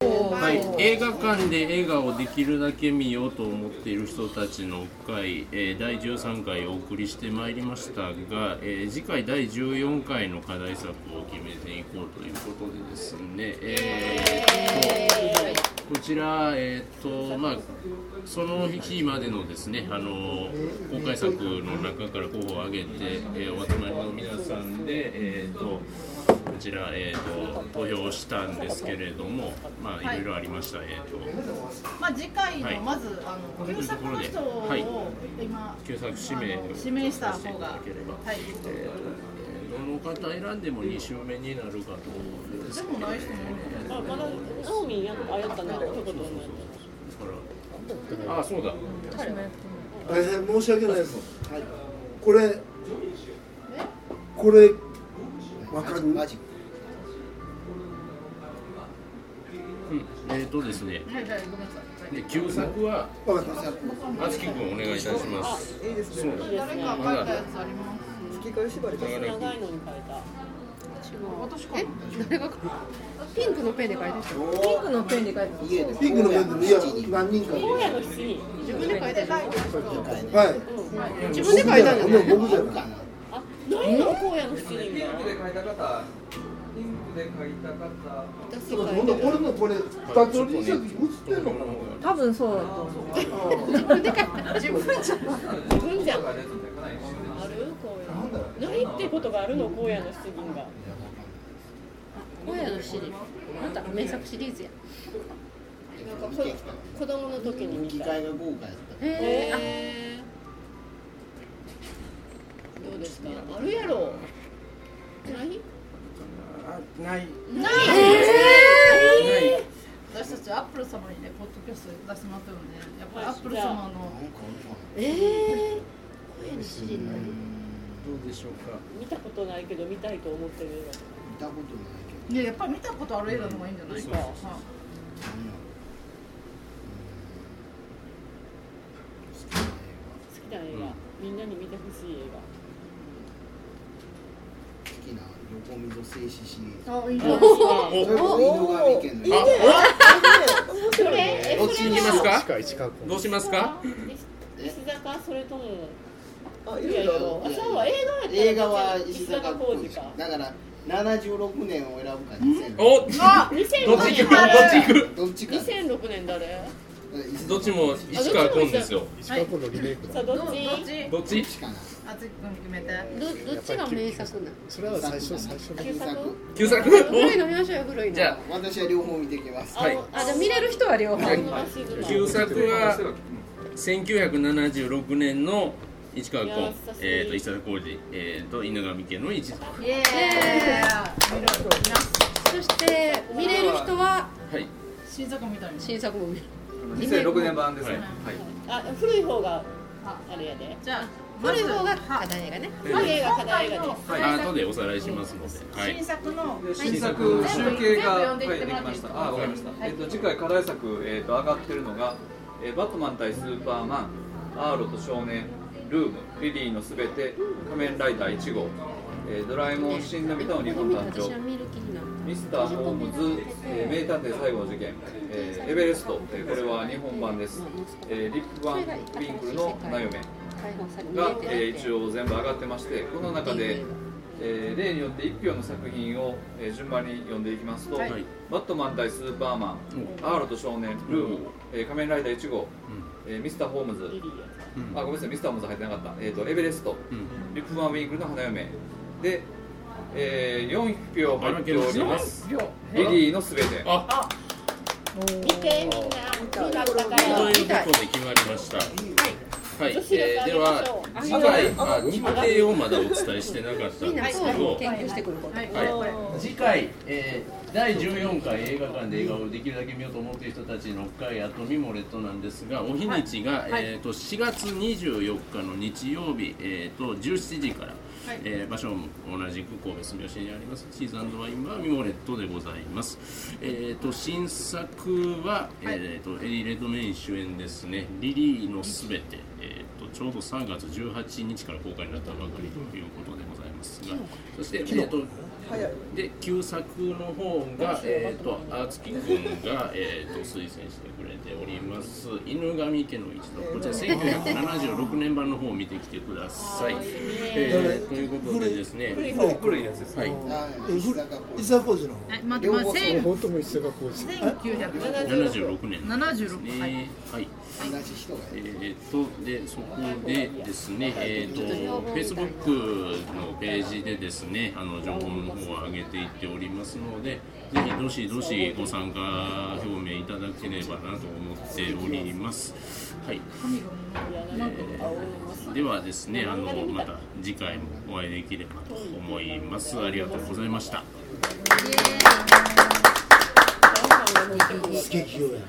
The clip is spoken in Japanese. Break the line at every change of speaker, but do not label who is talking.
はい、映画館で映画をできるだけ見ようと思っている人たちの会、えー第13回お送りしてまいりましたが、えー次回第14回の課題作を決めていこうということでですね、えーっとこちら、えーっとまあ、その日までのですねあの公開作の中から候補を挙げて、えーお集まりの皆さんで、えーっとこちら、えー、と投票したんですけれども、まあ、
はい
いろいろありました、えー、と
まあ、次回
はい
のまず、あの旧作の人を、
はい
今
旧作指名
あの指名した方が
させていただければ
はい
えーとどの方選んでも2周目になるかと思うんです
で
け
も
ど、
ない人もいるの
あまだナオミンやっぱあやったなってことになる
だからあそうだ
大変申し訳ないです。これ、これ、わかる
マジ
うんえっ、とですね
はいはいごめんなさいはい
で旧作は
わかった。
あつき君お願いいたします
いいですね。
そう
誰か書いたやつあります
吹き替え縛り。
だから
長いのに変えた
私かな
誰がピンクのペンで書いてきた
お
僕のペンで書いてます。
家です
ピンクの面でもいや何人かで。
今夜の7
自分で書いてない
はい。
自分で書いたんだ
僕
よ
じゃ
ね
ない僕じゃない。
あないの今夜の7人
ピンクで書いた方、ピンクで書いた方、
ちょっとほんで俺のこれ二つ折りにした時映ってんのかな。
多分そうだと思う。
自分じゃ
自分じゃんある
かなり一緒で
なんだろう
今夜ないってことがあるの今夜の7人が
今夜のシリーズまた名作シリーズや
なんか子子供の時に見
機
た
械が豪華やった
へえ
えーどうですかあるやろない
ない。
はい
私たちアップル様にねポッドキャスト出してもらったよねやっぱりアップル様の
なんか
ええ今夜のシリーズ
どうでしょうか
見たことないけど見たいと思ってる映
見たことないけ
い
ど
ややっぱり見たことある映画の方がいいんじゃないかはい
何やろ
画好きな映画、みんなに見てほしい映
好きな横溝静止シリーズ
あいいじゃ
画
ない
どうですか
そ
あ
そ
れこそ犬神家の
れ
おどっちにしますか
近い近く
どうしますか
石石坂それとも
あ、い
いや
るだ
いや
ろ
あそうは映画やったら
映画は石
石
坂
坂浩
浩
二
二か
か
だから76年を選ぶか2006
おどっち
2006
行くどっち行く
年
どっちか
2006年誰
どっちも石川んですよ
石川君のリメイク
さ
だ
あどっ
どど
ち
っち
どっち
しかな
あつき君決めて
どどっちが名作 なの
それは最初最初
旧作
旧作
古いの見ましょうよ古いの
じゃ
私は両方見てきます
はい
青
あじゃあ見れる人は両方
青沼静
あ
香
旧作は
す。
1976年の市川
いや
崑
久しぶり
えー、と石田浩二、えー、と犬神家の一族
イエーイ見ろな
そして見れる人は
はい
新作みたいな
新作も見る
2006年版ですね。
はい
あ古い方が
あ
あれやで
じゃあ
古い方が
は
課題がね
古い映画課題映画で
は
あ後でおさらいしますので、はい
新、作の
で新作集計
全部読ん
がはい
でいって
で
もらって
きま
いい
した。あわかりました。えっと次回課題作えっと上がってるのが、えーバットマン対スーパーマン、アーロと少年、ルーム、リリーのすべて、仮面ライダー1号、えードラえもん死んだみたの日本誕
私は
生。
見る気になる
ミスターホームズ、えー名探偵最後の事件、えーエベレスト、えーこれは日本版です、えーリップ・ワン・ウィンクルの花嫁
解放され見れ
が、
て
えー
なく
一応全部上がってましてこの中で、えー例によって1票の作品を、えー順番に読んでいきますと、
はい
バットマン対スーパーマン、
うん
アーロと少年ルーム、えー仮面ライダー1号、えーミスターホームズ
リリーや
うん
あごめんなさいミスターホームズ入ってなかった、えー、とエベレスト、リップ・ワン・ウィンクルの花嫁で、え4票入っておりますリリーのすべて
あ
見てみんな見たったか
と
ら
いうことで決まりましたはい、
女子力
えー、
上
で
げまし
は
ょ
次回あ日程をまだお伝えしてなかった
み
ん
んな
です
そ
け
う
ど、
研究してくること
はい
はい
これ
次回、えー第14回映画館で映画をできるだけ見ようと思っている人たちの会アトミモレットなんですがお日にちが、
はい
えー、と4月24日の日曜日、えー、と17時から、
はい
えー場所も同じく神戸住吉にありますチーズワインバーミモレットでございます、えー、と新作は、えー、とエリー・レッドメイン主演ですね「リリーのすべて」えー、とちょうど3月18日から公開になったばかりということでございますですがそして、えー、と
早い。
で旧作の方が、えー、と敦貴君が、えー、と推薦してくれております「犬神家の一度」こちら1976年版の方を見てきてください。えーということでですね、
古いやつです
はい、
はい石坂浩二
伊沢浩二の
え待って待って
本当も一緒がこうし
76年なんです
76はい
ね。はい
同じ人がやる
えーっとでそこでですね、えー、と Facebook のページでですねあの情報の方を上げていっておりますのでぜひどしどしご参加表明いただければなと思っております。はいえーではですねあのまた次回もお会いできればと思いますありがとうございました
スケキヨや。